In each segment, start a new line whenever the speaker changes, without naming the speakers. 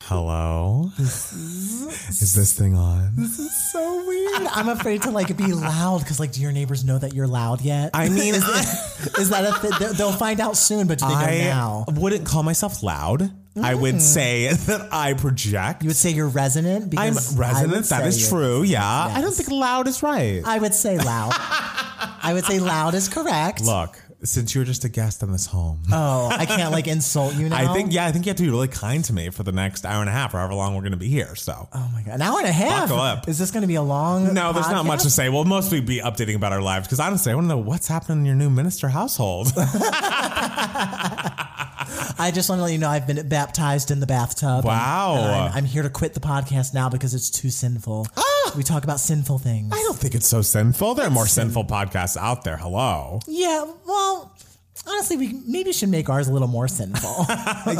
Hello? Is this thing on?
This is so weird. I'm afraid to like be loud because like, do your neighbors know that you're loud yet?
I mean,
is, it- is that a thi- they'll- They'll find out soon, but do they know
I
now? Mm.
wouldn't call myself loud. I would say that I project.
You would say you're resonant
I'm
because I would
resonant. That
say
is
you're-
true. Yeah. I don't
Yes.
think loud is right.
I would say loud. I would say loud is correct.
Look, since you're just a guest in this home,
Oh, I can't like insult you now.
I think, yeah, I think you have to be really kind to me for the next hour and a half or however long we're going to be here. So.
Oh my god, an hour and a half.
Buckle up.
Is this going to be a long?
No, there's not much
podcast?
to say. We'll mostly be updating about our lives because honestly, I want to know what's happening in your new minister household.
I just want to let you know I've been baptized in the bathtub.
Wow.
And I'm, I'm here to quit the podcast now because it's too sinful. We talk about sinful things.
I don't think it's so sinful. There are more sinful podcasts out there. Hello.
yeah. Well, honestly, we maybe should make ours a little more sinful.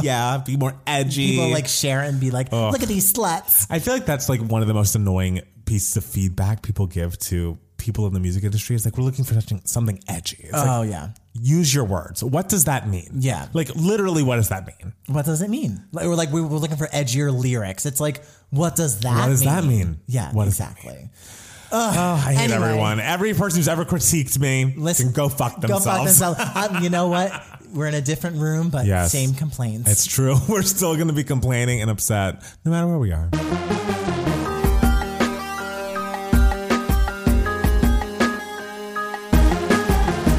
yeah, be more edgy.
People like share and be like, "Look at these sluts."
I feel like that's like one of the most annoying pieces of feedback people give to people in the music industry. It's like we're looking for something, something edgy. It's like
oh yeah.
use your words. What does that mean?
Yeah.
Like literally, what does that mean?
What does it mean? Like, we're like we were looking for edgier lyrics. It's like, what does that?
What does
mean?
that mean?
Yeah.
What does that
exactly.
Oh, I hate
Anyway.
everyone. Every person who's ever critiqued me
Listen,
can go fuck
Go
themselves.
fuck themselves. Um, you know what? We're in a different room, but
Yes.
same complaints.
It's true. We're still going to be complaining and upset no matter where we are.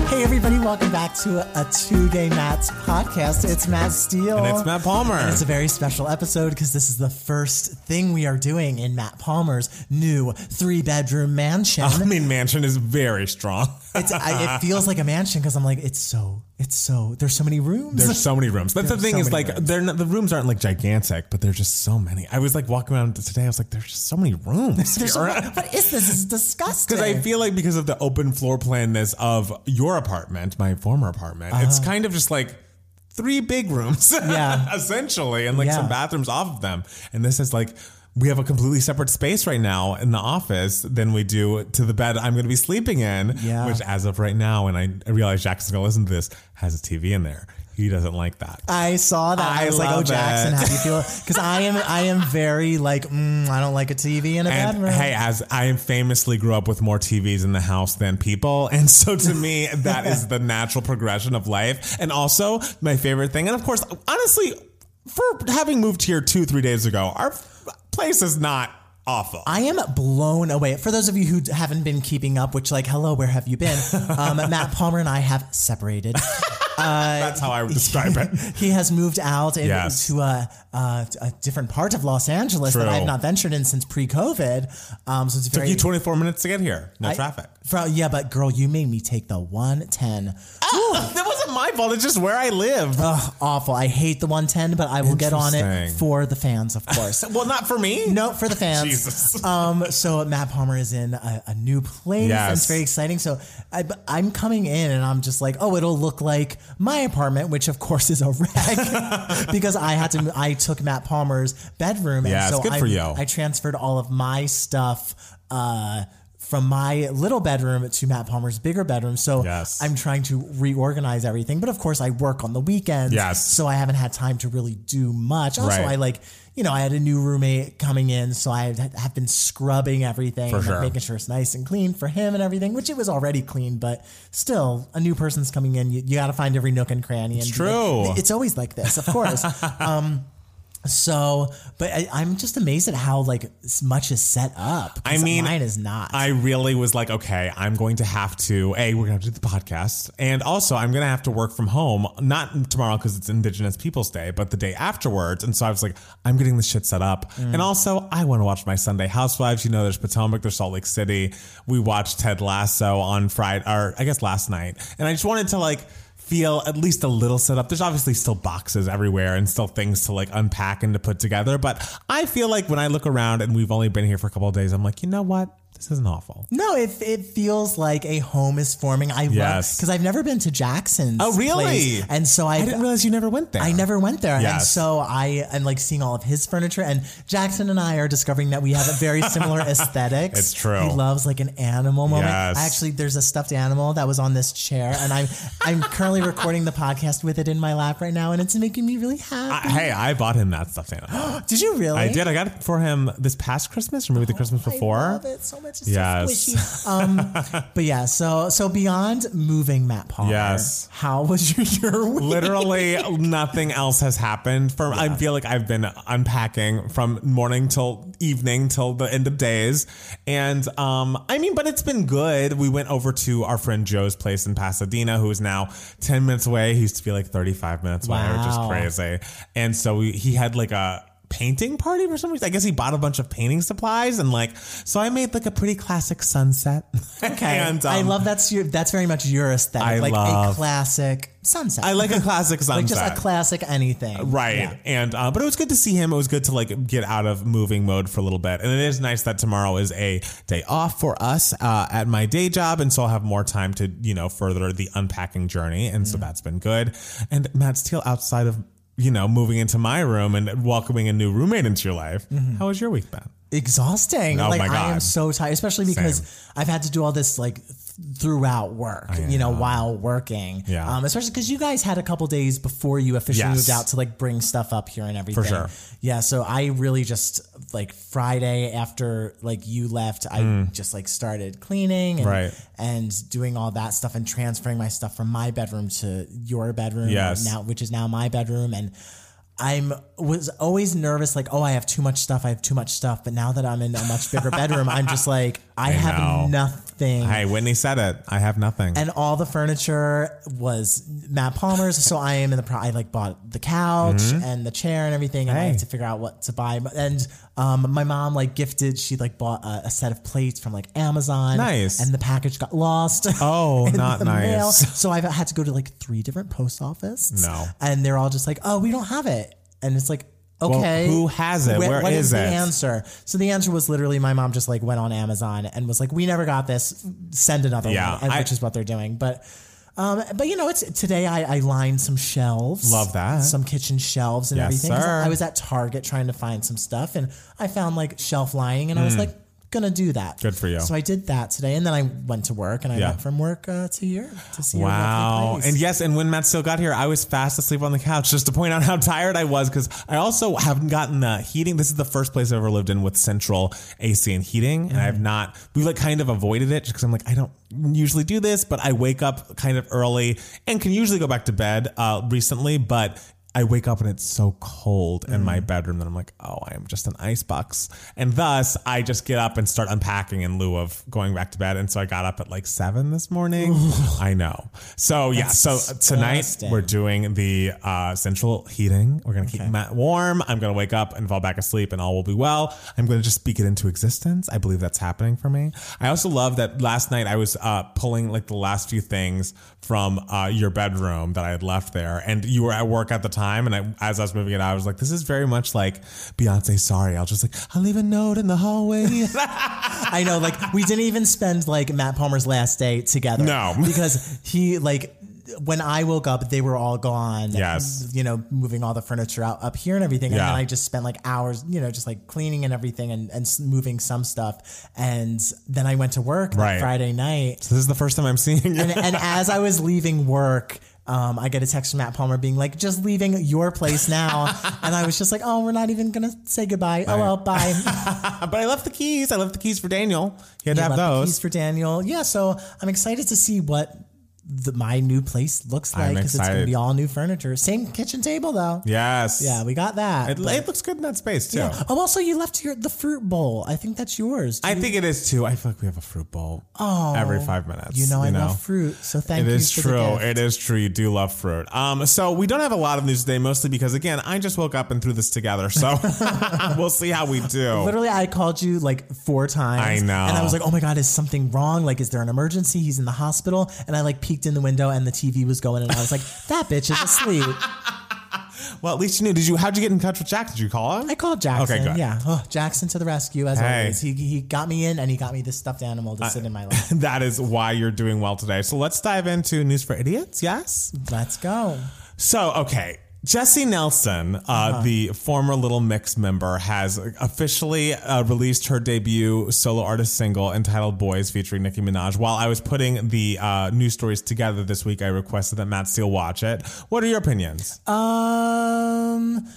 Hey everybody, welcome back to a Two Gay Mats podcast. It's Matt Steele.
And it's Matt Palmer.
And it's a very special episode because this is the first thing we are doing in Matt Palmer's new three bedroom mansion.
I mean, mansion is very strong.
It's, I, it feels like a mansion because I'm like, it's so, it's so, there's so many rooms.
There's so many rooms. That's the
There's
thing
so
is
many
like
rooms.
they're not, the rooms aren't like gigantic, but there's just so many. I was like walking around today. I was like, there's just so many rooms
There's so-
because
what is this? This is disgusting.
I feel like because of the open floor planness of your apartment, my former apartment, it's kind of just like three big rooms,
Uh-huh. Yeah.
essentially, and like
Yeah.
some bathrooms off of them. And this is like. We have a completely separate space right now in the office than we do to the bed I'm going to be sleeping in,
Yeah.
which as of right now, and I I realize Jackson's going to listen to this, has a TV in there. He doesn't like that.
I saw that. I,
I
was like, oh,
love
Jackson,
it.
how do you feel? Because I am, I am very like, mm, I don't like a TV in a
And
bedroom.
hey, as I famously grew up with more TVs in the house than people. And so to me, that is the natural progression of life. And also, my favorite thing, and of course, honestly, for having moved here two, three days ago, our f- place is not awful.
I am blown away. For those of you who haven't been keeping up, which like, hello, where have you been? Um, Matt Palmer and I have separated.
That's how I would describe it.
he has moved out in,
Yes.
to a, uh, a different part of Los Angeles that
True.
I've not ventured in since pre-COVID. Um, so it's
Took
very
you 24 minutes to get here. No traffic.
Fro- yeah, but girl, you made me take the one ten.
that wasn't my fault. It's just where I live.
Ugh, awful. I hate the one ten, but I will get on it
Interesting.
for the fans, of course.
well, not for me.
No, for the fans.
Jesus.
Um, so Matt Palmer is in a, a new place. And it's
Yes.
very exciting. So I, I'm coming in and I'm just like, oh, it'll look like my apartment, which of course is a wreck because I had to. I took Matt Palmer's bedroom.
Yes,
and so
good
I,
for you.
I transferred all of my stuff. Uh, from my little bedroom to Matt Palmer's bigger bedroom. So
Yes.
I'm trying to reorganize everything. But of course, I work on the weekends.
Yes.
So I haven't had time to really do much. Also,
Right.
I like, you know, I had a new roommate coming in, so I had- have been scrubbing everything, and
sure.
making sure it's nice and clean for him and everything, which it was already clean, but still, a new person's coming in. You, you got to find every nook and cranny. It's
true.
it's always like this, of course. um, so, but I, I'm just amazed at how like s- much is set up. 'cause
I mean,
mine is not.
I really was like, okay, I'm going to have to, A, we're going to have to do the podcast. And also, I'm going to have to work from home, not tomorrow because it's Indigenous Peoples Day, but the day afterwards. And so I was like, I'm getting this shit set up. And also, I want to watch my Sunday Housewives. You know, there's Potomac, there's Salt Lake City. We watched Ted Lasso on Friday, or I guess last night. And I just wanted to like, feel at least a little set up. There's obviously still boxes everywhere and still things to like unpack and to put together. But I feel like when I look around and we've only been here for a couple of days, I'm like, you know what? This isn't awful.
No, it, it feels like a home is forming. I
Yes.
because I've never been to Jackson's.
Oh, really?
place. and so I,
I didn't realize you never went there.
I never went there. And
Yes.
so I am like seeing all of his furniture. And Jackson and I are discovering that we have a very similar aesthetics.
It's true.
He loves like an animal moment.
Yes.
I actually there's a stuffed animal that was on this chair and I'm I'm currently recording the podcast with it in my lap right now and it's making me really happy.
I- hey, I bought him that stuffed animal.
did you really?
I did. I got it for him this past Christmas, or maybe the Christmas before.
I love it so much. It's
Yes.
so squishy. Um, but yeah, so so beyond moving Matt Palmer,
Yes.
how was your, your week?
Literally nothing else has happened. From I feel like I've been unpacking from morning till evening till the end of days, and um, I mean, but it's been good. We went over to our friend Joe's place in Pasadena, who is now ten minutes away. He used to be like thirty-five minutes away, which is
Wow.
crazy. And so we, he had like a painting party for some reason. I guess he bought a bunch of painting supplies and like so I made like a pretty classic sunset.
Okay,
and,
I
um,
love that's your that's very much your aesthetic,
I
like
love-
a classic sunset.
I like a classic sunset.
Like just a classic anything.
Right.
Yeah.
And uh, but it was good to see him. It was good to like get out of moving mode for a little bit. And it is nice that tomorrow is a day off for us uh, at my day job, and so I'll have more time to you know further the unpacking journey. And
Mm.
so that's been good. And Matt Steele, outside of you know moving into my room and welcoming a new roommate into your life,
Mm-hmm.
how was your week, Matt?
Exhausting.
Oh
like
my
I am
God.
so tired, especially because
Same.
I've had to do all this like th- throughout work, you know, while working.
Yeah.
Um, especially because you guys had a couple days before you officially
Yes.
moved out to like bring stuff up here and everything.
sure.
Yeah. So I really just like Friday after like you left, I just like started cleaning and,
Mm. Right.
and doing all that stuff and transferring my stuff from my bedroom to your bedroom.
Yes.
Now, which is now my bedroom and I'm was always nervous like oh I have too much stuff I have too much stuff but now that I'm in a much bigger bedroom I'm just like I, have
know.
nothing
Hey, Whitney said it. I have nothing.
and all the furniture was Matt Palmer's so I am in the pro- I like bought the couch and the chair and everything and I
Mm-hmm. Hey.
had to figure out what to buy and um, my mom like gifted she like bought a, a set of plates from like Amazon
Nice.
and the package got lost
oh,
in
not
the
nice.
mail. So I've had to go to like three different post offices.
No.
And they're all just like, oh, we don't have it. And it's like,
Well,
okay.
who has it?
wh-
Where
what
is,
is the
it?
answer? So the answer was literally my mom just like went on Amazon and was like, "We never got this. Send another
Yeah,
one," and
I-
which is what they're doing. But, um, but you know, it's today. I, I lined some shelves.
Love that.
Some kitchen shelves and
Yes,
everything. 'Cause
sir.
I was at Target trying to find some stuff, and I found like shelf lining, and I was like, "Gonna do that."
Mm. Good for you.
So I did that today, and then I went to work, and I
Yeah.
went from work uh, to your to see your lovely
Wow.
place.
And yes, and when Matt still got here, I was fast asleep on the couch just to point out how tired I was because I also haven't gotten uh, heating. This is the first place I've ever lived in with central AC and heating. And I've not, we've like kind of avoided it just because I'm like, I don't usually do this, but I wake up kind of early and can usually go back to bed uh, recently. But I wake up and it's so cold in my bedroom that I'm like, oh, I am just an icebox. And thus, I just get up and start unpacking in lieu of going back to bed. And so I got up at like seven this morning. I know. So, yeah. So uh, tonight
disgusting.
we're doing the uh, central heating. We're going to keep Matt warm. I'm going to wake up and fall back asleep and all will be well. I'm going to just speak it into existence. I believe that's happening for me. I also love that last night I was uh, pulling like the last few things from uh, your bedroom that I had left there. And you were at work at the time. And I, as I was moving it out, I was like, this is very much like Beyonce, sorry. I was just like, I'll leave a note in the hallway.
I know, like we didn't even spend like Matt Palmer's last day together.
No.
because he like when I woke up, they were all gone.
Yes.
you know, moving all the furniture out up here and everything, and
Yeah.
then I just spent like hours, you know, just like cleaning and everything, and and s- moving some stuff, and then I went to work that
Right.
Friday night,
this is the first time I'm seeing you.
and, and as I was leaving work, um, I get a text from Matt Palmer being like, "Just leaving your place now," and I was just like, "Oh, we're not even gonna say goodbye. Oh well, bye."
but I left the keys. I left the keys for Daniel. He had to have
left the
those.
keys for Daniel. Yeah, so I'm excited to see what the, my new place looks like
I'm
because it's going
excited.
to be all new furniture. Same kitchen table though.
Yes.
Yeah, we got that.
It, it looks good in that space too.
oh, also you left your the fruit bowl. I think that's yours.
I think it is too. I feel like we have a fruit bowl oh, every five minutes.
you know I love fruit, so thank
It
you.
is
for
true.
The gift.
It is true. You do love fruit. Um, so we don't have a lot of news today, mostly because again, I just woke up and threw this together. So we'll see how we do.
Literally, I called you like four times.
I know.
And I was like, oh my God, is something wrong? Like, is there an emergency? He's in the hospital. And I like peeked in the window and the TV was going, and I was like, that bitch is asleep.
Well, at least you knew. Did you? How'd you get in touch with Jack? Did you call him?
I called Jackson.
Okay, good.
Yeah. Oh, Jackson to the rescue as
Hey.
always. He, he got me in and he got me this stuffed animal to sit in my lap.
That is why you're doing well today. So let's dive into news for idiots. Yes.
Let's go.
So okay. Jesse Nelson, uh, the former Little Mix member, has officially uh, released her debut solo artist single entitled Boys featuring Nicki Minaj. While I was putting the uh, news stories together this week, I requested that Matt Steele watch it. What are your opinions?
Um,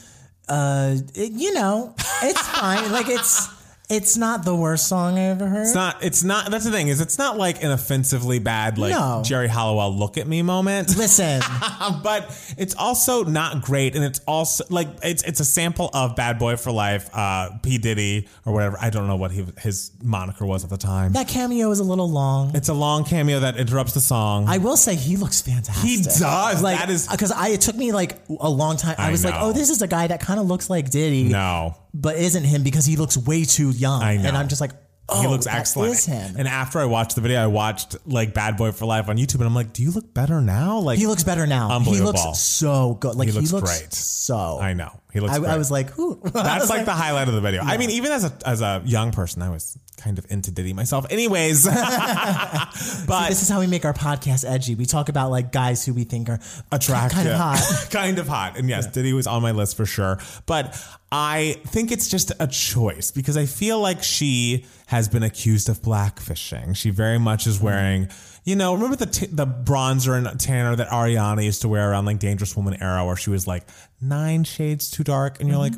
uh, it- you know, it's fine. Like it's it's not the worst song I ever heard.
It's not. It's not. That's the thing is, it's not like an offensively bad like
No.
Jerry Halliwell look at me moment.
Listen,
Um, but it's also not great, and it's also like it's it's a sample of Bad Boy for Life, uh, P Diddy or whatever. I don't know what he, his moniker was at the time.
that cameo is a little long.
It's a long cameo that interrupts the song.
I will say he looks fantastic.
he does.
like
that is
because I it took me like a long time. I,
I
was like,
know.
oh, this is a guy that kind of looks like Diddy,
no.
but isn't him because he looks way too young.
I know.
And I'm just like, oh,
he looks
that
excellent.
Is him?
And after I watched the video, I watched like Bad Boy for Life on YouTube, and I'm like, do you look better now? Like
He looks better now. He
Unbelievable.
looks so good. Like he
looks
looks,
great.
So
I know he looks.
I,
great.
I was like, who?
That's like, the highlight of the video. I mean, even as a as a young person, I was kind of into Diddy myself. Anyways, but
This is how we make our podcast edgy. We talk about like guys who we think are
attractive,
kind of hot.
kind of hot. And yes, Diddy was on my list for sure. But I think it's just a choice because I feel like she has been accused of blackfishing. She very much
Mm-hmm.
is wearing. You know, remember the t- the bronzer and tanner that Ariana used to wear around like Dangerous Woman era, where she was like nine shades too dark, and you're like,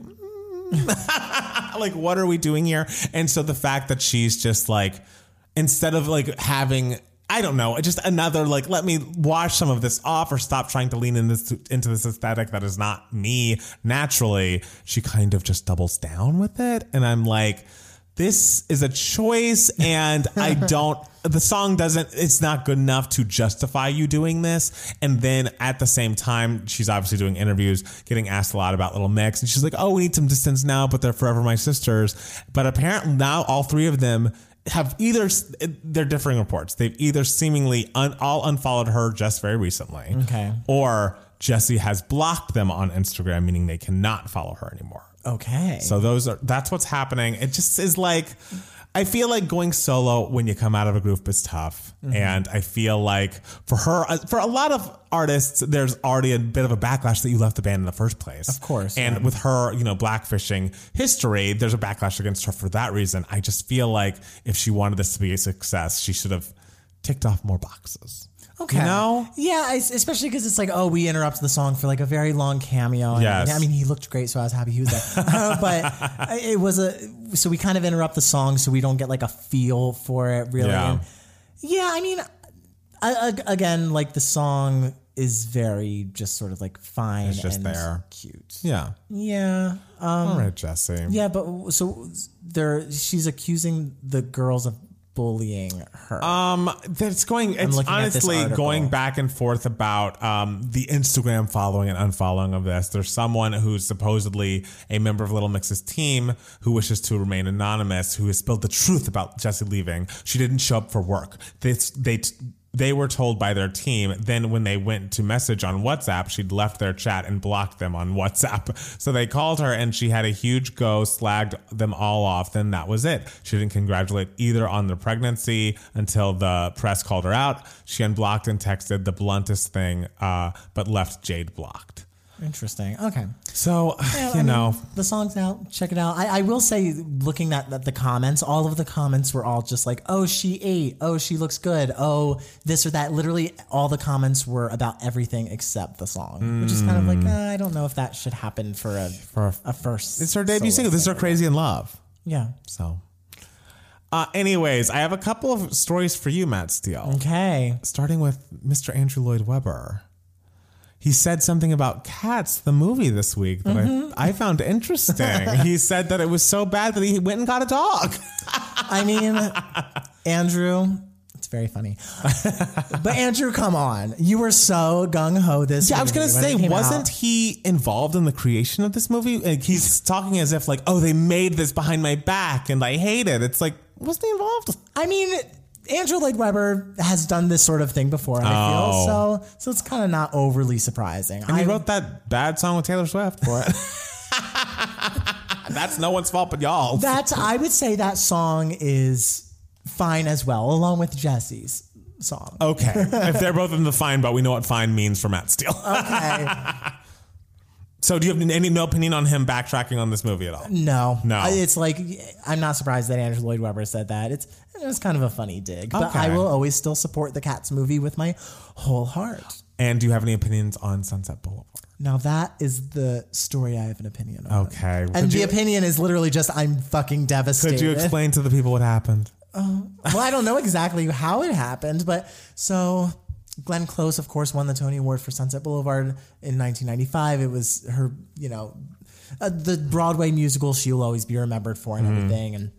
like what are we doing here and so the fact that she's just like instead of like having i don't know just another like let me wash some of this off or stop trying to lean in this into this aesthetic that is not me naturally she kind of just doubles down with it and i'm like this is a choice and i don't the song doesn't it's not good enough to justify you doing this and then at the same time she's obviously doing interviews getting asked a lot about little mix and she's like oh we need some distance now but they're forever my sisters but apparently now all three of them have either they're differing reports they've either seemingly un, all unfollowed her just very recently
Okay.
or jesse has blocked them on instagram meaning they cannot follow her anymore
Okay.
so those are that's what's happening. It just is like I feel like going solo when you come out of a group is tough, and I feel like for her, uh, for a lot of artists, there's already a bit of a backlash that you left the band in the first place, of
course,
And with her, you know, blackfishing history, there's a backlash against her for that reason. I just feel like if she wanted this to be a success, she should have ticked off more boxes.
okay.
you know?
Yeah, I- especially because it's like, oh, we interrupt the song for like a very long cameo. And
Yes.
I mean, he looked great, so I was happy he was there. Uh, but I- it was a so we kind of interrupt the song so we don't get like a feel for it really.
Yeah.
And- yeah I mean, I, ag- again, like the song is very just sort of like fine
just
and
there.
cute.
Yeah.
Yeah.
All right, Jesse.
Yeah, but w- so there, she's accusing the girls of bullying her.
Um, that's going. It's
looking at this
honestly
article.
going back and forth about um, the Instagram following and unfollowing of this. There's someone who's supposedly a member of Little Mix's team who wishes to remain anonymous, who has spilled the truth about Jessie leaving. She didn't show up for work. This they. they were told by their team. Then, when they went to message on WhatsApp, she'd left their chat and blocked them on WhatsApp. So they called her, and she had a huge go, slagged them all off. Then that was it. She didn't congratulate either on the pregnancy until the press called her out. She unblocked and texted the bluntest thing, uh, but left Jade blocked.
Interesting. Okay.
So
Well, I
you
mean,
know,
the song's out. Check it out. I, I will say, looking at, at the comments, all of the comments were all just like, "Oh, she ate. Oh, she looks good. Oh, this or that." Literally, all the comments were about everything except the song, which is kind of
Mm.
like, uh, I don't know if that should happen for a for a, first.
it's her debut
solo
single. This is her "Crazy in Love."
Yeah.
So, uh, anyways, I have a couple of stories for you, Matt Steele.
Okay.
starting with Mr. Andrew Lloyd Webber. He said something about Cats, the movie this week, that
Mm-hmm.
I, I found interesting. he said that it was so bad that he went and got a dog.
I mean, Andrew, it's very funny. but Andrew, come on. You were so gung ho this
Yeah, I was
movie
gonna
when
say,
it came
wasn't
out.
he involved in the creation of this movie? Like, he's talking as if, like, oh, they made this behind my back and I hate it. It's like, wasn't he involved?
I mean, Andrew Lloyd Webber has done this sort of thing before. I
Oh.
feel so, so it's kind of not overly surprising.
And
I
he wrote that bad song with Taylor Swift. What? That's no one's fault but y'all.
that's I would say that song is fine as well, along with Jesse's song.
okay. if they're both in the fine, but we know what fine means for Matt Steele.
Okay.
so do you have any no opinion on him backtracking on this movie at all?
No,
No.
I- It's like I'm not surprised that Andrew Lloyd Webber said that. It's it was kind of a funny dig, but
Okay.
I will always still support the Cats movie with my whole heart.
And do you have any opinions on Sunset Boulevard?
Now that is the story I have an opinion on.
Okay.
And
Oh. could
the
you,
opinion is literally just I'm fucking devastated.
could you explain to the people what happened?
well, I don't know exactly how it happened, but so Glenn Close, of course, won the Tony Award for Sunset Boulevard in 1995. It was her, you know, uh, the Broadway musical she will always be remembered for and everything, and.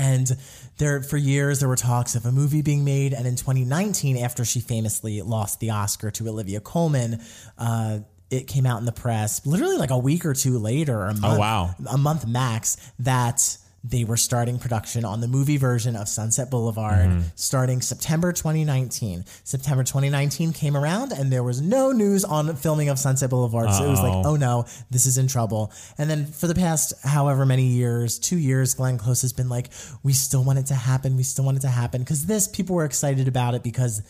And there, for years, there were talks of a movie being made. And in 2019, after she famously lost the Oscar to Olivia Colman, uh, it came out in the press, literally like a week or two later, or a month,
wow.
a month max, that they were starting production on the movie version of Sunset Boulevard
Mm-hmm.
starting September 2019. September 2019 came around and there was no news on filming of Sunset Boulevard. So it was like, oh no, this is in trouble. And then for the past however many years, two years, Glenn Close has been like, we still want it to happen. We still want it to happen. Because this, people were excited about it because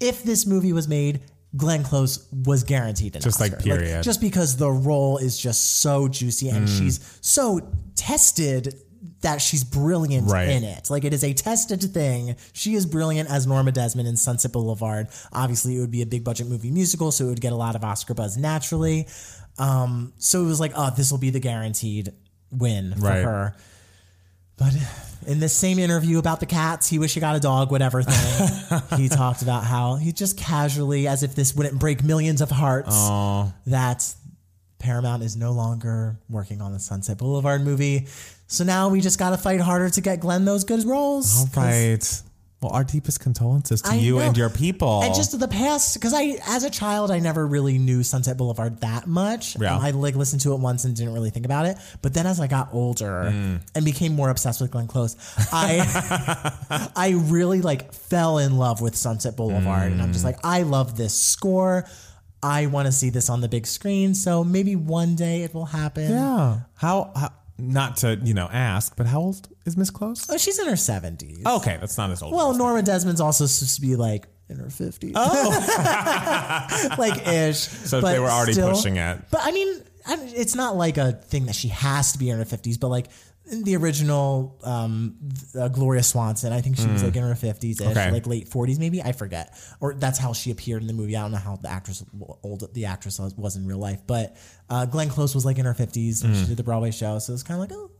if this movie was made, Glenn Close was guaranteed an
Just, like,
Oscar.
period.
just because the role is just so juicy and
Mm.
she's so tested that she's brilliant
Right.
in it. Like it is a tested thing. She is brilliant as Norma Desmond in Sunset Boulevard. Obviously, it would be a big budget movie musical, so it would get a lot of Oscar buzz naturally. Um, so it was like, oh, this will be the guaranteed win for
Right.
her. But in this same interview about the cats, he wish he got a dog, whatever thing, he talked about how he just casually, as if this wouldn't break millions of hearts, that Paramount is no longer working on the Sunset Boulevard movie. So now we just got to fight harder to get Glenn those good roles.
All right. Well, our deepest condolences to
I
you
know.
and your people.
And just the past, because I, as a child, I never really knew Sunset Boulevard that much.
Yeah.
Um, I like listened to it once and didn't really think about it. But then as I got older
Mm.
and became more obsessed with Glenn Close, I, I really like fell in love with Sunset Boulevard. And I'm
Mm.
just like, I love this score. I want to see this on the big screen. So maybe one day it will happen.
yeah. How, how, not to, you know, ask, but how old is Miss Close?
Oh, she's in her 70s.
Okay, that's not as old.
Well, Norma Desmond's also supposed to be like in her 50s. like ish.
Oh.
So
they were already pushing it.
But I mean, I mean, it's not like a thing that she has to be in her 50s, but like in the original um, th- uh, Gloria Swanson, I think she was like in her 50s ish,
Mm. Okay.
like late 40s maybe. I forget. Or that's how she appeared in the movie. I don't know how the actress, old the actress was, was in real life. But uh, Glenn Close was like in her 50s when
Mm.
she did the Broadway show. So it's kind of like, oh,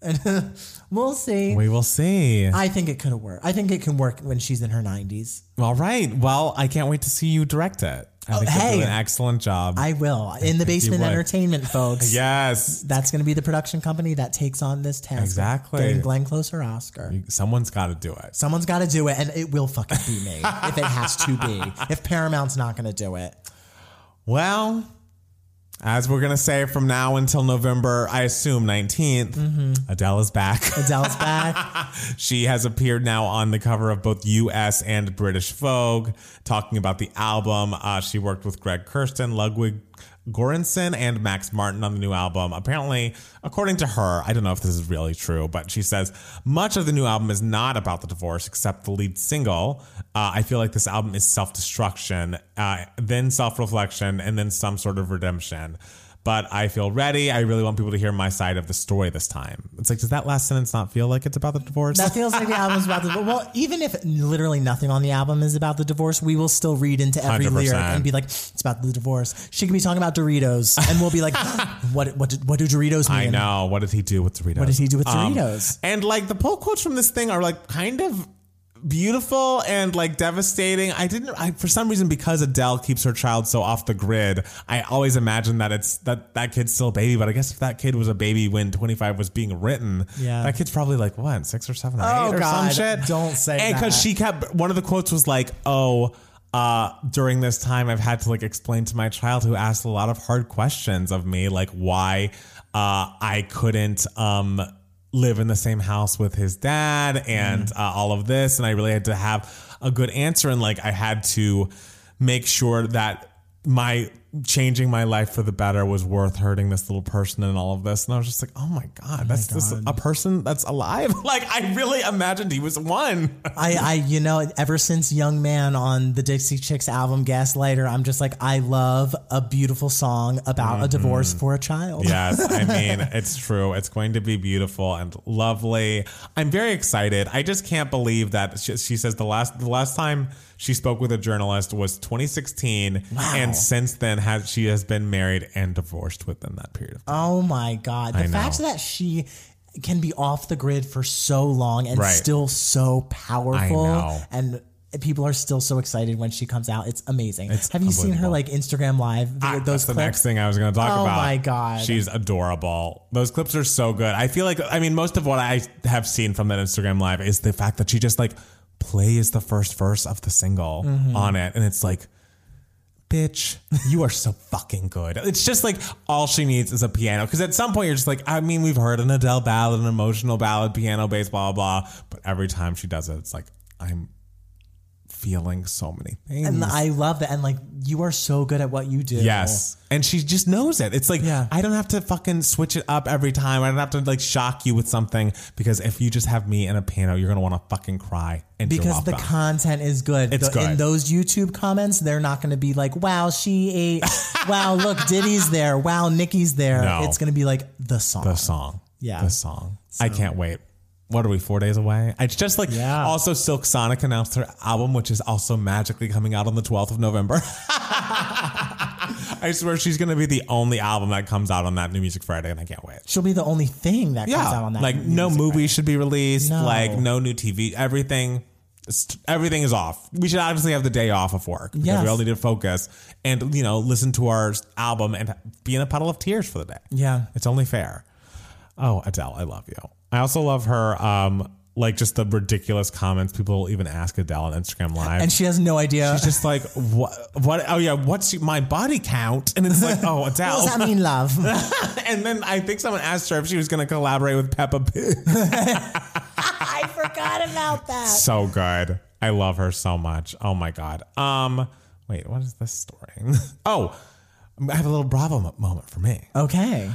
and we'll see.
we will see.
I think it could have worked. I think it can work when she's in her 90s.
All right. Well, I can't wait to see you direct it. I think you'll do
Oh, hey.
an excellent job.
I will. In the basement
would.
entertainment, folks.
yes.
That's going to be the production company that takes on this task.
Exactly.
Getting Glenn Close or Oscar.
Someone's got to do it.
Someone's got to do it, and it will fucking be me if it has to be. If Paramount's not going to do it.
Well, as we're going to say from now until November, I assume 19th, Adele is back.
Adele's back.
she has appeared now on the cover of both US and British Vogue, talking about the album. Uh, she worked with Greg Kirsten, Ludwig Göransson, and Max Martin on the new album. Apparently, according to her, I don't know if this is really true, but she says much of the new album is not about the divorce, except the lead single. Uh, I feel like this album is self destruction, uh, then self reflection, and then some sort of redemption. But I feel ready. I really want people to hear my side of the story this time. It's like, does that last sentence not feel like it's about the divorce?
That feels like the album's about the. Well, even if literally nothing on the album is about the divorce, we will still read into every
100%.
lyric and be like, "It's about the divorce." She could be talking about Doritos, and we'll be like, "What? What? Did, what do Doritos mean?"
I know. What did he do with Doritos? What
did he do with Doritos?
and like the poll quotes from this thing are like kind of beautiful and like devastating. I didn't. I for some reason because Adele keeps her child so off the grid, I always imagine that it's that that kid's still a baby. But I guess if that kid was a baby when 25 was being written,
Yeah.
that kid's probably like what six or seven or
Oh,
eight or
God.
some shit.
Don't say
And because
that.
she kept one of the quotes was like, oh. Uh, during this time, I've had to like explain to my child who asked a lot of hard questions of me, like why uh, I couldn't um, live in the same house with his dad and uh, all of this. And I really had to have a good answer. And like, I had to make sure that my changing my life for the better was worth hurting this little person and all of this. And I was just like, oh my God, that's this, a person that's alive. like, I really imagined he was one.
I, I, you know, ever since Young Man on the Dixie Chicks album Gaslighter, I'm just like, I love a beautiful song about
Mm-hmm.
a divorce for a child.
Yes, I mean, it's true. It's going to be beautiful and lovely. I'm very excited. I just can't believe that she, she says the last the last time she spoke with a journalist was 2016 and since then has she has been married and divorced within that period of time.
Oh my God. The fact that she can be off the grid for so long and
Right.
still so powerful
know.
and people are still so excited when she comes out. It's amazing. Have you seen her
unbelievable.
like Instagram live? The-
Ah,
those
that's the
clips.
next thing I was going to talk
Oh
about.
my God.
she's adorable. Those clips are so good. I feel like I mean most of what I have seen from that Instagram live is the fact that she just like plays the first verse of the single
Mm-hmm.
on it, and it's like, bitch, you are so fucking good. It's just like all she needs is a piano because at some point you're just like, I mean, we've heard an Adele ballad, an emotional ballad, piano bass, blah blah, blah. but every time she does it, it's like I'm feeling so many things.
And I love that. And like, you are so good at what you do.
Yes. And she just knows it. It's like,
Yeah.
I don't have to fucking switch it up every time. I don't have to like shock you with something because if you just have me and a piano, you're going to want to fucking cry and
Because the
con-
content is good.
It's
The- In
good.
those YouTube comments, they're not going to be like, wow, she ate. wow, look, Diddy's there. Wow, Nikki's there.
No.
It's going to be like the song.
the song.
Yeah.
The song. I can't wait. What are we, four days away? It's just like,
Yeah.
also Silk Sonic announced her album, which is also magically coming out on the 12th of November. I swear she's going to be the only album that comes out on that New Music Friday, and I can't wait.
She'll be the only thing that comes out on that.
Like no
music.
movie should be released.
No.
Like no new TV. Everything, it's- everything is off. We should obviously have the day off of work because
Yes.
we all need to focus and you know listen to our album and be in a puddle of tears for the day.
Yeah.
it's only fair. Oh, Adele, I love you. I also love her. Um, like just the ridiculous comments people even ask Adele on Instagram Live.
And she has no idea.
She's just like, what? What? Oh yeah, what's my body count? And it's like, oh, Adele.
What does that mean, love?
and then I think someone asked her if she was going to collaborate with Peppa Pig.
I forgot about that.
so good. I love her so much. Oh my god. Um, wait, what is this story? oh, I have a little Bravo mo- moment for me.
Okay.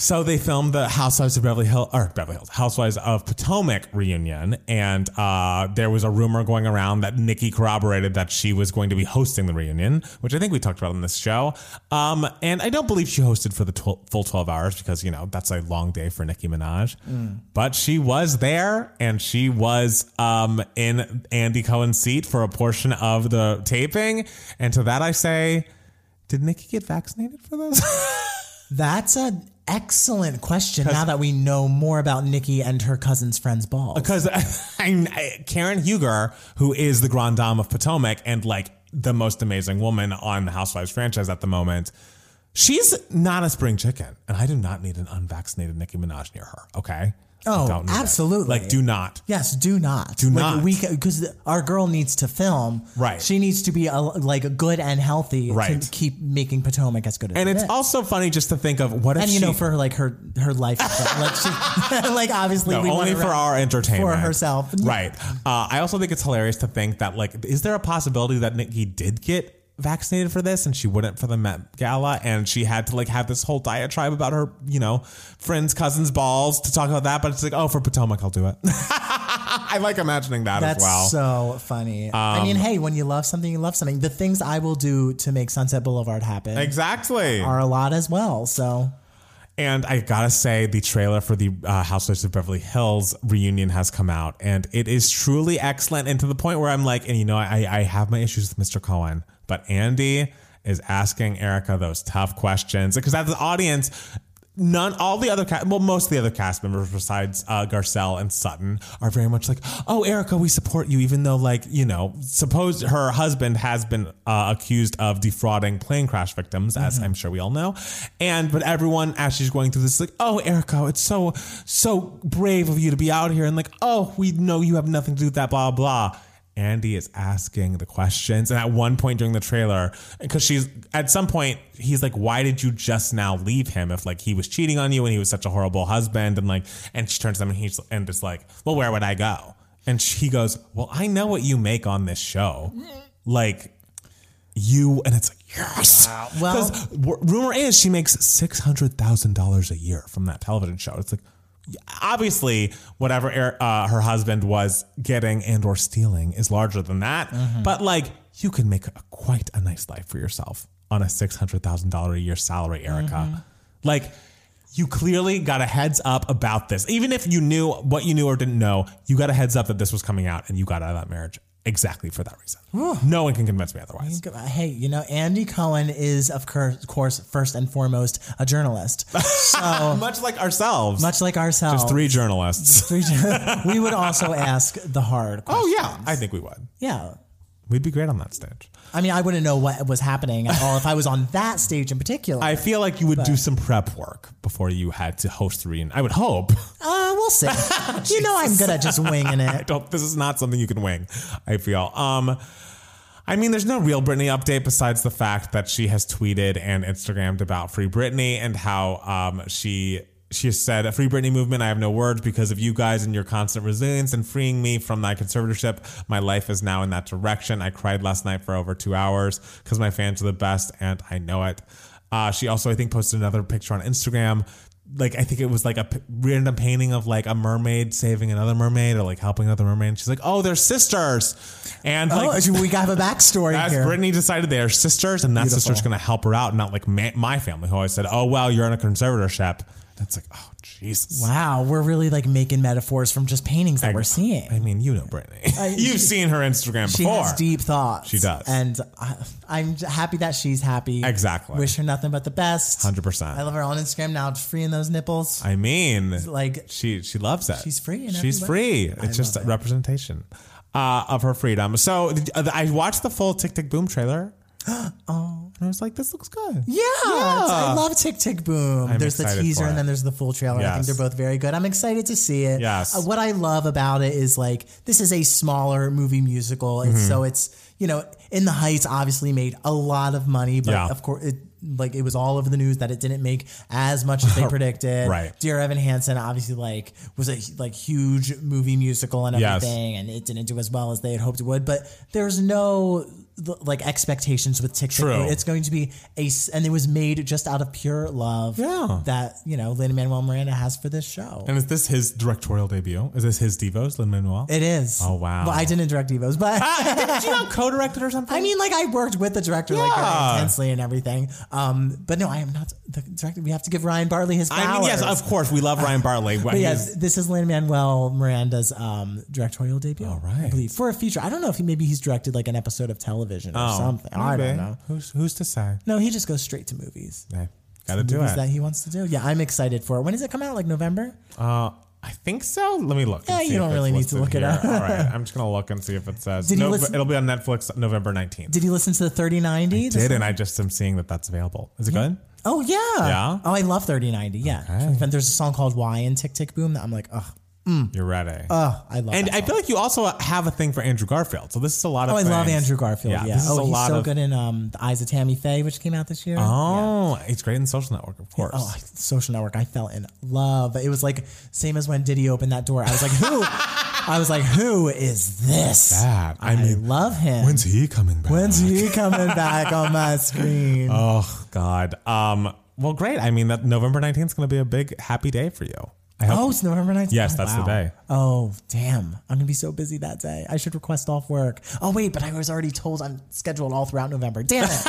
So they filmed the Housewives of Beverly Hills, or Beverly Hills, Housewives of Potomac reunion, and uh, there was a rumor going around that Nikki corroborated that she was going to be hosting the reunion, which I think we talked about on this show. Um, and I don't believe she hosted for the tw- full twelve hours because you know that's a long day for Nicki Minaj, but she was there and she was um, in Andy Cohen's seat for a portion of the taping. And to that I say, did Nikki get vaccinated for this?
That's an excellent question now that we know more about Nikki and her cousin's friend's ball.
because Karen Huger, who is the grand dame of Potomac and like the most amazing woman on the Housewives franchise at the moment, she's not a spring chicken, and I do not need an unvaccinated Nicki Minaj near her. Okay.
Oh,
I don't need it.
absolutely.
Like, do not.
Yes, do not. Do
not.
We because our girl needs to film.
Right.
She needs to be a, like good and healthy
Right.
to keep making Potomac as good as
And
it
it's
is.
also funny just to think of what if
and you
she,
know for her, like her her life like she like obviously
No,
we want
only
her
for
around.
our entertainment.
For herself.
Right. Uh, I also think it's hilarious to think that, like, is there a possibility that Nikki did get vaccinated for this and she wouldn't for the Met Gala and she had to, like, have this whole diatribe about her, you know, friends, cousins, balls to talk about that? But it's like, oh, for Potomac, I'll do it. I like imagining that as
That's
well. Um,
so funny. I mean, hey, when you love something, you love something. The things I will do to make Sunset Boulevard happen
exactly.
are a lot as well. So
And I gotta say, the trailer for the uh, Housewives of Beverly Hills reunion has come out, and it is truly excellent. And to the point where I'm like, and you know, I, I have my issues with Mr. Cohen, but Andy is asking Erica those tough questions because as the audience, none, all the other cast, well, most of the other cast members besides uh, Garcelle and Sutton are very much like, oh, Erica, we support you, even though, like, you know, suppose her husband has been uh, accused of defrauding plane crash victims, as I'm sure we all know. And, but everyone, as she's going through this, is like, oh, Erica, it's so, so brave of you to be out here. And like, oh, we know you have nothing to do with that, blah, blah. Andy is asking the questions. And at one point during the trailer, because she's at some point, he's like, Why did you just now leave him? If like he was cheating on you and he was such a horrible husband, and like, and she turns to him and he's and it's like, Well, where would I go? And she goes, Well, I know what you make on this show. Like, you and it's like yes.
Well-
Because w- rumor is she makes six hundred thousand dollars a year from that television show. It's like obviously whatever er- uh, her husband was getting and or stealing is larger than that. But like you can make a, quite a nice life for yourself on a six hundred thousand dollar a year salary, Erica. Like. You clearly got a heads up about this. Even if you knew what you knew or didn't know, you got a heads up that this was coming out and you got out of that marriage exactly for that reason. No one can convince me otherwise.
Think about- Hey, you know, Andy Cohen is, of cour- course, first and foremost, a journalist.
much like ourselves.
Much like ourselves.
Three journalists.
Three gen- we would also ask the hard question.
Oh yeah, I think we would.
Yeah.
We'd be great on that stage.
I mean, I wouldn't know what was happening at all if I was on that stage in particular.
I feel like you would do some prep work before you had to host the reunion. I would hope.
uh, we'll see. you know, I'm good at just winging
I
it.
don't. This is not something you can wing. I feel. Um, I mean, there's no real Britney update besides the fact that she has tweeted and Instagrammed about Free Britney and how um, she she has said a Free Britney movement. I have no words because of you guys and your constant resilience and freeing me from that conservatorship. My life is now in that direction. I cried last night for over two hours because my fans are the best and I know it. Uh, she also, I think, posted another picture on Instagram. Like I think it was like a p- random painting of like a mermaid saving another mermaid or like helping another mermaid. And she's like, "Oh, they're sisters," and like
oh, we have a backstory
as
here.
Brittany decided they are sisters, and that sister's going to help her out, not like ma- my family, who always said, "Oh well, you're in a conservatorship." That's like, oh Jesus.
Wow, we're really like making metaphors from just paintings that we're seeing.
I mean, you know Brittany. You've seen her Instagram
She
before.
has deep thoughts. She
does.
and I, I'm j- happy that she's happy.
Exactly.
Wish her nothing but the best.
100%.
I love her on Instagram now, freeing those nipples.
I mean,
Like
she she loves it.
She's free in every
she's
way.
free. It's just a representation uh, of her freedom. So th- I watched the full Tick Tick Boom trailer. oh, and I was like, this looks good.
Yeah, it's- I love Tick Tick Boom. there's the
excited for
teaser and
it.
then there's the full trailer. I
Yes.
think they're both very good. I'm excited to see it.
Yes.
Uh, what I love about it is like this is a smaller movie musical, and
Mm-hmm.
so it's you know in the Heights obviously made a lot of money, but
Yeah.
of course it like it was all over the news that it didn't make as much as they predicted.
Right.
Dear Evan Hansen obviously like was a like huge movie musical and
Yes.
everything thing, and it didn't do as well as they had hoped it would. But there's no th- like expectations with Tick Tick.
True.
Boom. It's going to be a s- and it was made just out of pure love.
Yeah.
that you know Lin Manuel Miranda has for this show.
And is this his directorial debut? Is this his Devos, Lin Manuel?
it is.
Oh, wow.
Well, I didn't direct Evos, but
Did you not co-directed or something?
I mean, like I worked with the director like
Yeah.
very intensely and everything. Um, but no, I am not the director. We have to give Ryan Bartley his powers.
I mean, yes, of course, we love Ryan Bartley. Well,
But
he
yes,
is-
this is Lin Manuel Miranda's um, directorial debut. All
right.
I believe for a feature. I don't know if he maybe he's directed like an episode of television or
oh.
something. I
maybe.
don't know.
Who's who's to say?
No, he just goes straight to movies.
Hey, gotta do
movies
it.
that he wants to do. Yeah, I'm excited for it. When does it come out? Like November?
uh, I think so. Let me look. and
Yeah,
see
you
if
don't
it's
really need to
listed
look it
here.
up.
All right, I'm just gonna look and see if it says.
Did you
Nov-
listen-
It'll be on Netflix November 19th.
Did he listen to the 3090?
Did and I just am seeing that that's available. Is it good?
Oh yeah.
Yeah?
Oh, I love 3090. Yeah. And There's a song called "Why" in Tick Tick Boom that I'm like, oh,
You're ready.
oh, I love.
and
that
I feel like you also have a thing for Andrew Garfield. So this is a lot of.
Oh, I love
things.
Andrew Garfield. Yeah.
this is
Oh,
a
he's
lot
so
of.
good in um, The Eyes of Tammy Faye, which came out this year.
Oh, it's great in Social Network, of course.
Oh, I- Social Network. I fell in love. It was like same as when Diddy opened that door. I was like, who? I was like, who is this?
Bad. I
I
mean,
love him.
when's he coming back?
When's he coming back on my screen?
Oh God. Um. Well, great. I mean, that November nineteenth is going to be a big happy day for you. I hope.
Oh, it's November 19th?
Yes,
Oh,
that's the
wow.
day.
Oh, damn. I'm going to be so busy that day. I should request off work. Oh, wait, but I was already told I'm scheduled all throughout November. Damn it.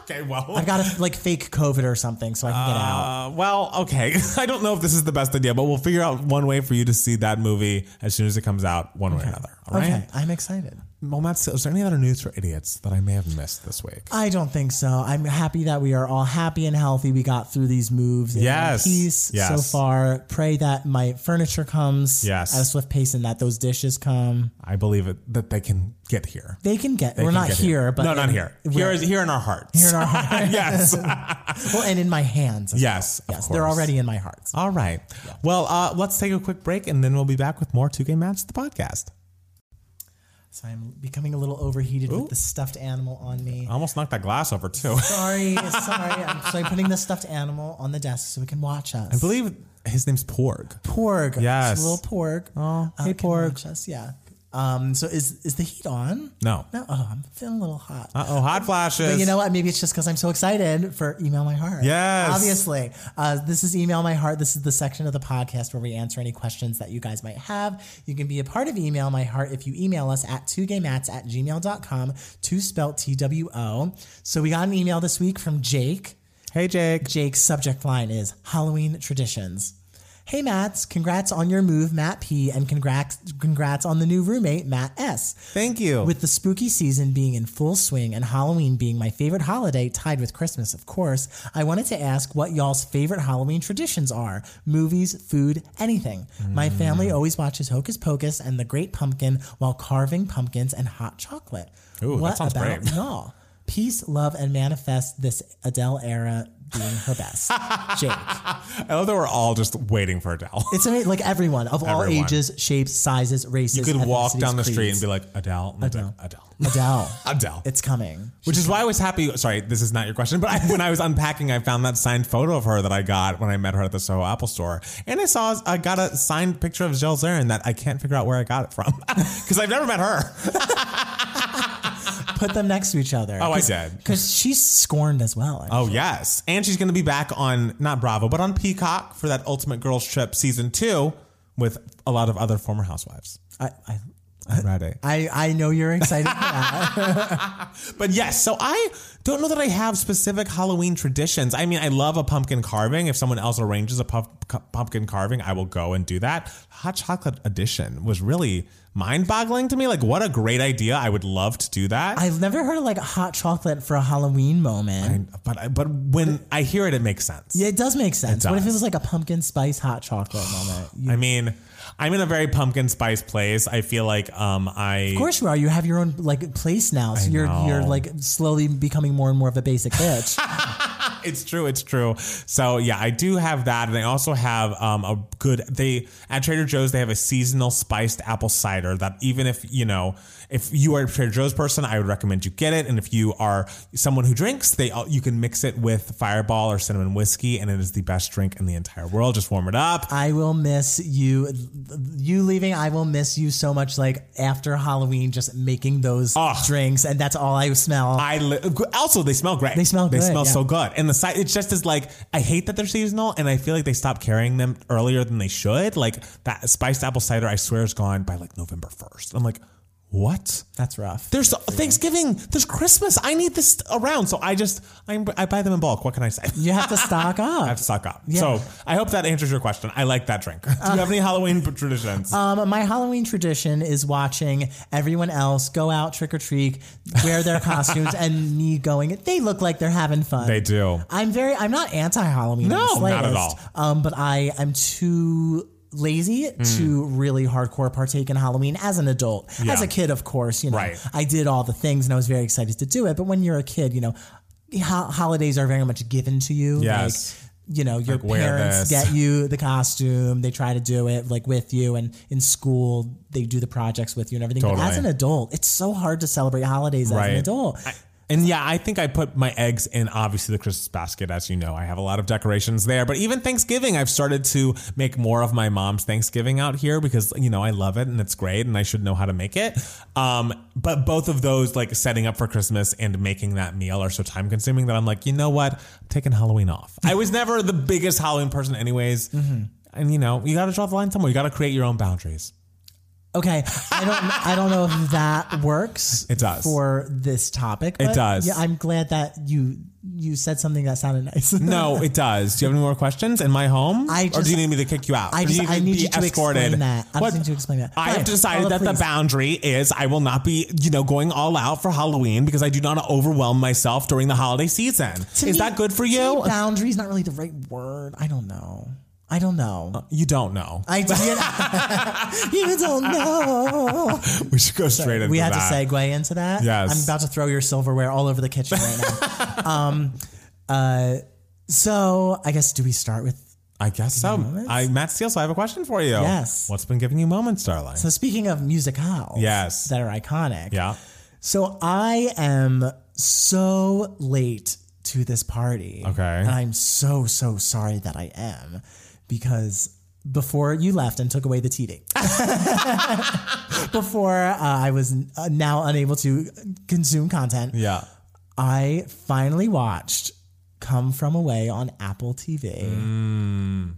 okay. Well.
I've got to like fake COVID or something so I can get out.
Uh, well, okay. I don't know if this is the best idea, but we'll figure out one way for you to see that movie as soon as it comes out, one way or another. All right.
Okay, I'm excited.
Well, Matt, is there any other news for idiots that I may have missed this week?
I don't think so. I'm happy that we are all happy and healthy. We got through these moves in
Yes.
peace
Yes.
so far. Pray that my furniture comes
Yes.
at a swift pace and that those dishes come.
I believe it, that they can get here.
They can get. we're
They can
not
get
here, but
no, not
in-
here. Here is here in our hearts.
Here in our hearts.
yes,
well, and in my hands. as
yes, of
well. Yes, they're
course.
already in my hearts.
All right. Well, uh, let's take a quick break, and then we'll be back with more two game match the podcast.
So I'm becoming a little overheated with the stuffed animal on me.
I almost knocked that glass over too. I
Sorry, sorry. I'm sorry. Putting the stuffed animal on the desk so it can watch us.
believe his name's Porg.
Porg.
Yes.
It's a little porg. Oh,
hey,
porg. Watch us. Yeah. Um, so is is the heat on?
No.
No. Oh, I'm feeling a little hot.
Uh oh, hot flashes.
But you know what? Maybe it's just because I'm so excited for Email My Heart.
Yes.
Obviously. Uh, this is Email My Heart. This is the section of the podcast where we answer any questions that you guys might have. You can be a part of Email My Heart if you email us at 2gaymats at gmail.com, two spelt T W O. So we got an email this week from Jake.
hey, Jake.
Jake's subject line is Halloween traditions. Hey Matts, congrats on your move, Matt P, and congrats congrats on the new roommate, Matt S.
Thank you.
With the spooky season being in full swing and Halloween being my favorite holiday, tied with Christmas, of course, I wanted to ask what y'all's favorite Halloween traditions are movies, food, anything. My
Mm.
family always watches Hocus Pocus and The Great Pumpkin while carving pumpkins and hot chocolate.
Ooh, that
what
sounds
about
brave.
y'all? Peace, love, and manifest this Adele era being her best. Jake.
I love that we're all just waiting for Adele.
It's amazing. Like everyone of all
Everyone.
ages, shapes, sizes, races.
You could walk
ethnicities,
down the street and
creeds.
be like, Adele. And it's like, Adele.
Adele.
Adele.
It's coming.
Which is why I was happy. Sorry, this is not your question, but I, when I was unpacking, I found that signed photo of her that I got when I met her at the Soho Apple Store, and I saw I got a signed picture of Jill Zarin that I can't figure out where I got it from because I've never met her.
put them next to each other.
Oh, I did.
Because she's scorned as well.
Oh yes, and she's going to be back on not Bravo, but on Peacock for that Ultimate Girls Trip season two with a lot of other former housewives
I, I,
on Friday.
I, I know you're excited for that.
But yes, so I don't know that I have specific Halloween traditions. I mean, I love a pumpkin carving. If someone else arranges a pump, cu- pumpkin carving, I will go and do that. Hot chocolate edition was really mind boggling to me. Like, what a great idea. I would love to do that.
I've never heard of like hot chocolate for a Halloween moment.
And- but, I- but when I hear it, it makes sense.
Yeah, it does make sense. What if it
does.
was like a pumpkin spice hot chocolate moment? You,
I mean, I'm in a very pumpkin spice place. I feel like um, I.
of course you are. You have your own like place now, so you're
know.
you're like slowly becoming more and more of a basic bitch.
It's true. It's true. So yeah, I do have that, and I also have um, a good. They at Trader Joe's they have a seasonal spiced apple cider that even if you know if you are a Trader Joe's person, I would recommend you get it. And if you are someone who drinks, they all- you can mix it with Fireball or cinnamon whiskey, and it is the best drink in the entire world. Just warm it up.
I will miss you. You leaving, I will miss you so much. Like after Halloween, just making those drinks, and that's all I smell.
I li- also they smell great.
They smell
They
good,
smell
yeah.
so good. And the side, it's just as like I hate that they're seasonal, and I feel like they stopped carrying them earlier than they should. Like that spiced apple cider, I swear is gone by like November first. I'm like, what?
that's rough.
There's Thanksgiving. There's Christmas. I need this around. So I just I'm, I buy them in bulk. What can I say?
You have to stock up.
I have to stock up. So I hope that answers your question. I like that drink. Do you have any Halloween traditions?
Um, my Halloween tradition is watching everyone else go out trick or treat, wear their costumes, and me going. They look like they're having fun.
they do.
I'm very. I'm not anti-Halloween.
No,
in the
not at
slightest.
all. Mm.
Um, but I am too lazy to really hardcore partake in Halloween as an adult. As a kid, of course, you know,
Right.
I did all the things and I was very excited to do it. But when you're a kid, you know, ho- holidays are very much given to you.
Yes.
Like, you know, your
wear
parents
this.
get you the costume. They try to do it like with you, and in school they do the projects with you and everything. But
Totally.
as an adult, it's so hard to celebrate holidays as an
Right.
adult.
I- and yeah, I think I put my eggs in obviously the Christmas basket, as you know. I have a lot of decorations there, but even Thanksgiving, I've started to make more of my mom's Thanksgiving out here because you know I love it and it's great, and I should know how to make it. Um, but both of those, like setting up for Christmas and making that meal, are so time consuming that I'm like, you know what, I'm taking Halloween off. I was never the biggest Halloween person, anyways. And you know, you got to draw the line somewhere. You got to create your own boundaries.
Okay, I don't, I don't know if that works.
It does.
for this topic. but
does.
Yeah, I'm glad that you you said something that sounded nice.
No, it does. Do you have any more questions in my home?
I
or
just-
do you need me to kick you out?
I
Or do
just-
you
I need
be
you to explain that. I just need you to explain that.
I
Fine.
have decided
Paula,
that
please.
the boundary is I will not be, you know, going all out for Halloween because I do not overwhelm myself during the holiday season. is
To me-
that good for
to
you?
me, boundaries not really the right word. I don't know. I don't know.
you don't know.
I you don't know.
we should go straight into
We had to
that.
segue into that.
Yes.
I'm about to throw your silverware all over the kitchen right now. um, uh, so I guess do we start with
I guess so. I, Matt Steele, so I have a question for you.
Yes.
What's been giving you moments, darling?
So speaking of musicals
Yes.
that are iconic.
yeah.
So I am so late to this party.
Okay.
And I'm so, so sorry that I am because before you left and took away the TV, before uh, I was uh, now unable to consume content,
Yeah.
I finally watched Come From Away on Apple TV.
Hmm.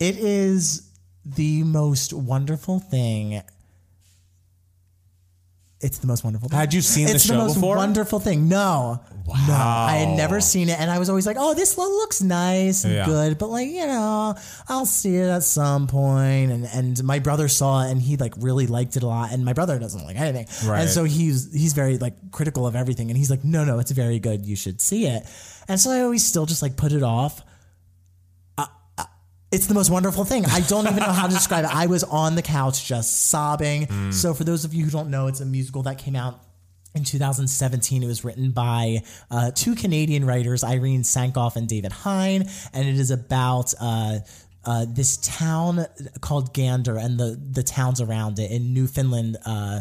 It is the most wonderful thing. It's the most wonderful thing.
Had you seen the
it's
show
the most
before?
wonderful thing. No. No.
Wow.
I had never seen it. And I was always like, oh, this lo- looks nice and
Yeah.
good. But like, you know, I'll see it at some point. And and my brother saw it and he like really liked it a lot. And my brother doesn't like anything.
Right.
And so he's he's very like critical of everything. And he's like, no, no, it's very good. You should see it. And so I always still just like put it off. It's the most wonderful thing. I don't even know how to describe it. I was on the couch just sobbing. So, for those of you who don't know, it's a musical that came out in 2017. It was written by uh, two Canadian writers, Irene Sankoff and David Hine, and it is about. Uh, uh, this town called Gander and the, the towns around it in Newfoundland, uh,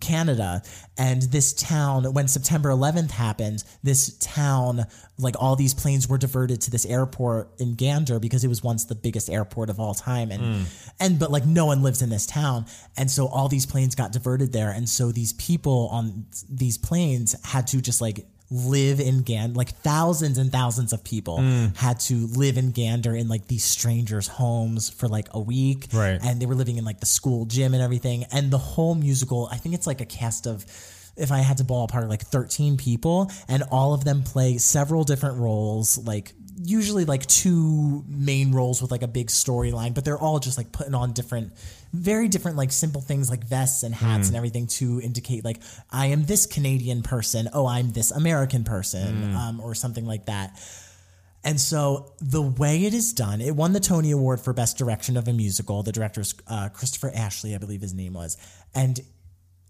Canada. And this town, when September 11th happened, this town, like all these planes were diverted to this airport in Gander because it was once the biggest airport of all time. And, and, but like no one lives in this town. And so all these planes got diverted there. And so these people on these planes had to just like, live in Gander, like thousands and thousands of people had to live in Gander in like these strangers' homes for like a week.
Right.
And they were living in like the school gym and everything. And the whole musical, I think it's like a cast of, if I had to ballpark, like 13 people, and all of them play several different roles, like usually like two main roles with like a big storyline, but they're all just like putting on different, very different, like simple things like vests and hats and everything to indicate, like, I am this Canadian person, oh, I'm this American person, um, or something like that. And so the way it is done, it won the Tony Award for Best Direction of a Musical. The director is uh, Christopher Ashley, I believe his name was. And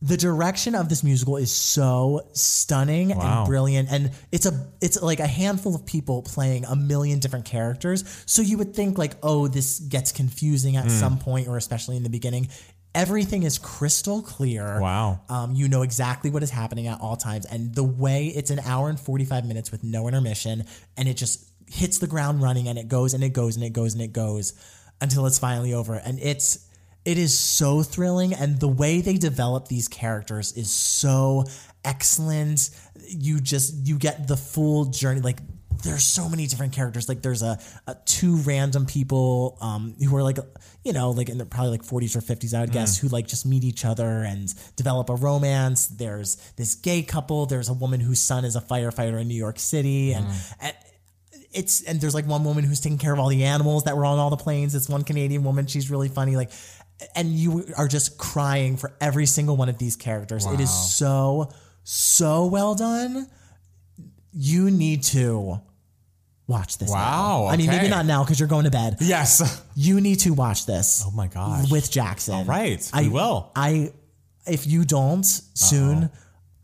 the direction of this musical is so stunning
Wow.
and brilliant and it's a it's like a handful of people playing a million different characters so you would think like oh this gets confusing at some point or especially in the beginning everything is crystal clear
Wow.
um, you know exactly what is happening at all times. And the way it's an hour and 45 minutes with no intermission, and it just hits the ground running and it goes and it goes and it goes and it goes until it's finally over. And it's it is so thrilling and the way they develop these characters is so excellent. You just you get the full journey like there's so many different characters. Like there's a, a two random people um, who are like you know like in their probably like 40s or 50s I would guess who like just meet each other and develop a romance. There's this gay couple. There's a woman whose son is a firefighter in New York City and. and it's and there's like one woman who's taking care of all the animals that were on all the planes. It's one Canadian woman. She's really funny. Like, and you are just crying for every single one of these characters. It is so so well done you need to watch this.
Wow,
now. I mean,
okay.
maybe not now because you're going to bed.
Yes.
You need to watch this.
Oh my gosh.
With Jackson. All
right, we will.
I, if you don't soon,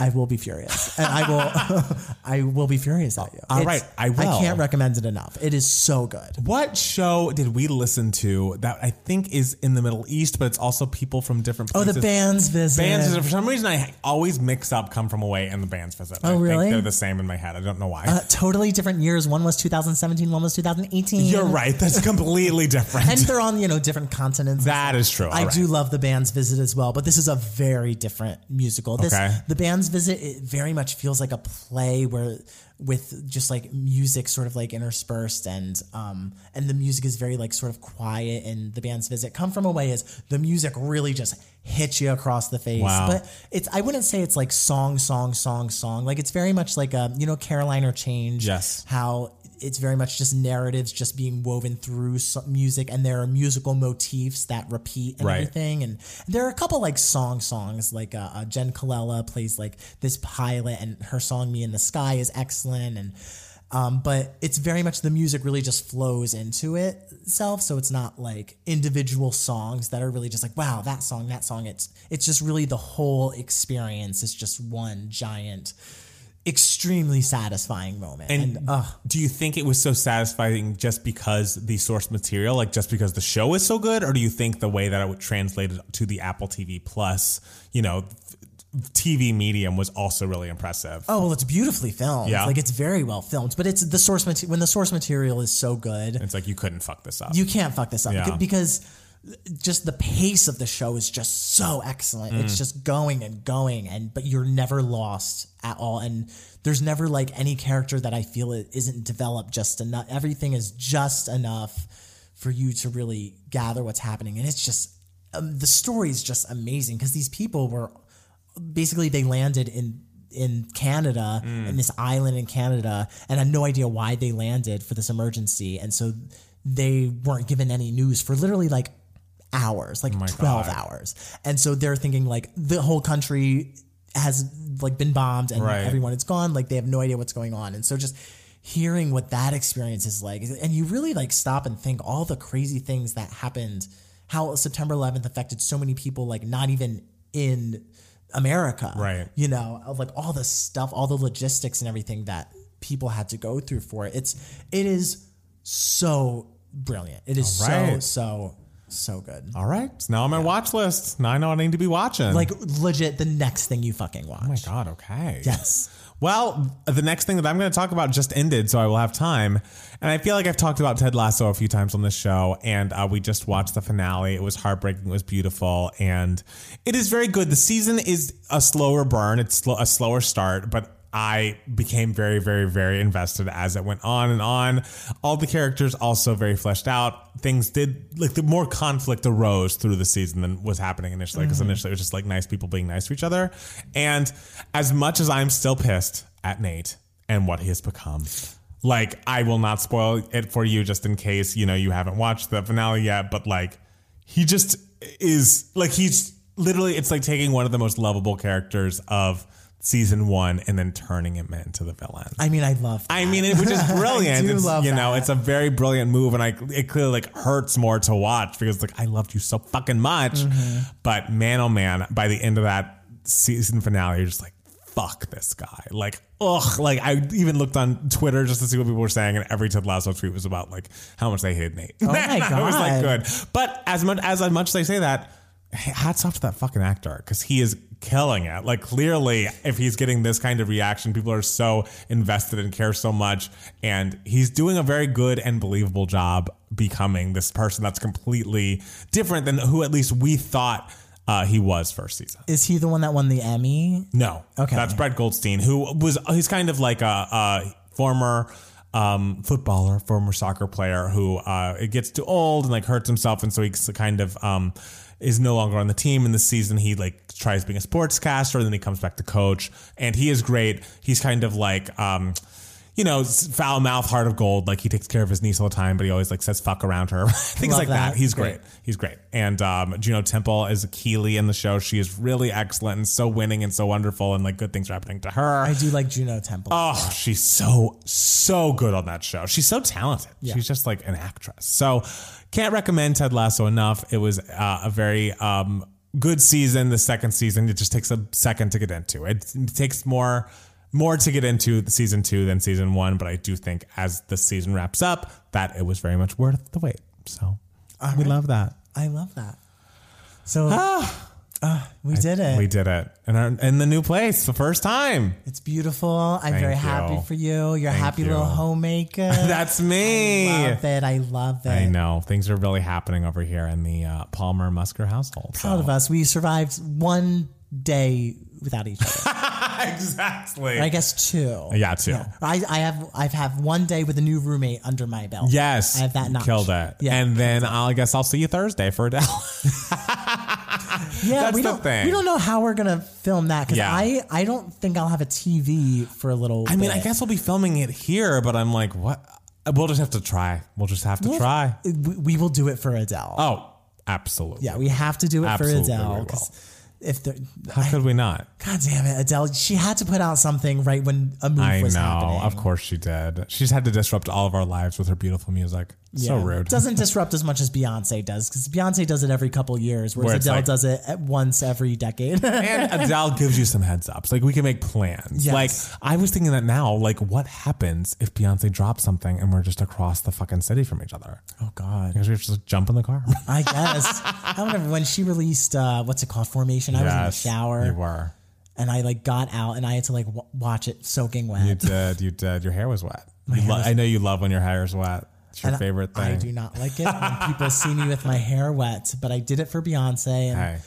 I will be furious, and I will, I will be furious at you.
All
It's-
right, I will.
I can't recommend it enough. It is so good.
What show did we listen to that I think is in the Middle East, but it's also people from different
Oh,
places?
the band's visit.
Bands, for some reason, I always mix up Come From Away and the Bands Visit. I
Oh, really?
think they're the same in my head. I don't know why.
Uh, totally different years. One was 2017. One was 2018.
You're right. That's completely different.
And they're on you know different continents.
that is true.
I
All right.
do love the band's visit as well, but this is a very different musical. This
Okay.
the band's visit it very much feels like a play where with just like music sort of like interspersed and um and the music is very like sort of quiet and the band's visit come from away is the music really just hits you across the face
Wow.
but it's i wouldn't say it's like song song song song like it's very much like um you know caroline or change
Yes.
how it's very much just narratives just being woven through so- music and there are musical motifs that repeat and
Right.
everything and there are a couple like song songs like uh, uh, jen Colella plays like this pilot and her song me in the sky is excellent and um, but it's very much the music really just flows into it itself so it's not like individual songs that are really just like wow that song that song it's it's just really the whole experience is just one giant extremely satisfying moment. And, uh, ugh,
do you think it was so satisfying just because the source material, like just because the show is so good, or do you think the way that it would translate it to the Apple TV Plus, you know, TV medium was also really impressive?
oh well, it's beautifully filmed.
Yeah.
like it's very well filmed. But it's the source material when the source material is so good.
It's like you couldn't fuck this up.
you can't fuck this up
Yeah.
beca- because just the pace of the show is just so excellent.
Mm.
It's just going and going and but you're never lost at all and there's never like any character that I feel it isn't developed just enough. Everything is just enough for you to really gather what's happening and it's just um, the story is just amazing because these people were basically they landed in in Canada in this island in Canada and I had no idea why they landed for this emergency and so they weren't given any news for literally like hours like 12 hours and so they're thinking like the whole country has like been bombed and
Right.
everyone is gone like they have no idea what's going on and so just hearing what that experience is like and you really like stop and think all the crazy things that happened how September 11th affected so many people like not even in America
Right.
you know of like all the stuff all the logistics and everything that people had to go through for it it's it is so brilliant it is
All right.
so so so good
All right, it's now on my watch list. Now I know what I need to be watching.
like legit the next thing you fucking watch
oh my god, okay.
yes
Well, the next thing that I'm going to talk about just ended, so I will have time. And I feel like I've talked about Ted Lasso a few times on this show, and uh, we just watched the finale. It was heartbreaking. It was beautiful, and it is very good. The season is a slower burn. It's sl- a slower start, but. I became very, very, very invested as it went on and on. All the characters also very fleshed out. Things did like the more conflict arose through the season than was happening initially because initially it was just like nice people being nice to each other. And as much as I'm still pissed at Nate and what he has become. Like, I will not spoil it for you just in case, you know, you haven't watched the finale yet, but like, he just is like, he's literally, it's like taking one of the most lovable characters of season one and then turning him into the villain.
i mean i love
I mean, it, which is brilliant.
do
it's,
love
you know,
that.
it's a very brilliant move, and I it clearly like hurts more to watch because like I loved you so fucking much,
Mm-hmm.
but man, oh man, by the end of that season finale, you're just like. Fuck this guy. Like, ugh. Like, I even looked on Twitter just to see what people were saying, and every Ted Lasso tweet was about like how much they hated Nate. Oh
my
I was like,
God.
good. But as much as, as much as I say that, hats off to that fucking actor because he is killing it. Like clearly, if he's getting this kind of reaction, people are so invested and care so much, and he's doing a very good and believable job becoming this person that's completely different than who at least we thought uh, he was first season.
is he the one that won the emmy
No.
Okay.
That's Brett Goldstein, who was he's kind of like a, a former um, footballer, former soccer player who uh, it gets too old and like hurts himself, and so he's kind of um, is no longer on the team. In this season, he like tries being a sportscaster, then he comes back to coach, and he is great. He's kind of like. Um, you know, foul mouth, heart of gold. Like he takes care of his niece all the time, but he always like says fuck around her, things
Love
like that.
that.
He's great. He's great. And um, Juno Temple is Keely in the show. She is really excellent and so winning and so wonderful, and like good things are happening to her.
i do like juno temple
Oh, she's so so good on that show. She's so talented. She's just like an actress. So can't recommend Ted Lasso enough. It was uh, a very um, good season. The second season, it just takes a second to get into. It takes more more to get into the season two than season one. But I do think as the season wraps up, that it was very much worth the wait. So we love that.
i love that so ah, we did it
We did it in, our, in the new place the first time.
it's beautiful i'm very
you.
happy for you you're a happy
you.
little homemaker
That's me.
love it i love it
I know things are really happening over here in the uh, Palmer Musker household.
proud of us we survived one day without each other
exactly.
i guess two
yeah, too.
I, I have I've have one day with a new roommate under my belt.
Yes,
I have that notch.
Killed it.
Yeah.
and then I'll, I guess I'll see you Thursday for Adele.
yeah.
that's
we
the
don't
thing.
we don't know how we're gonna film that because
Yeah.
I I don't think I'll have a TV for a little.
I mean, I guess we'll be filming it here, but I'm like, what? We'll just have to try. We'll just have to try.
we, we will do it for Adele.
Oh, absolutely.
yeah, we have to do it
Absolutely
for
we
Adele
will.
'cause if there,
How could we not?
God damn it, Adele, she had to put out something right when a move
I know.
was happening.
Of course she did. She's had to disrupt all of our lives with her beautiful music. So rude.
Doesn't disrupt as much as Beyonce does because Beyonce does it every couple years, whereas
Where it's
Adele
like-
does it at once every decade.
And Adele gives you some heads ups. Like we can make plans.
Yes.
Like I was thinking that now, like what happens if Beyonce drops something and we're just across the fucking city from each other?
oh God,
Because we just jump in the car.
I guess I remember when she released uh, what's it called Formation. I was in the shower
You were.
and I like got out and I had to like w- watch it soaking wet.
You did. You did. Your hair was wet. You lo- I know you love when your hair is wet. It's your
And
favorite
I
thing.
do not like it when people see me with my hair wet, but I did it for Beyonce, and
Hey,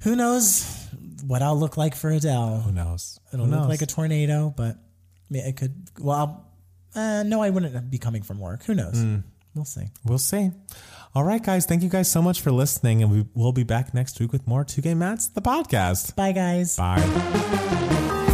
who knows what I'll look like for Adele.
who knows?
It'll
who
look
knows?
like a tornado, but I mean, it could. Well, I'll, uh, no, I wouldn't be coming from work. Who knows? We'll see.
We'll see. All right, guys. Thank you guys so much for listening. And we will be back next week with more Two Gay Mats, the podcast.
Bye, guys.
Bye.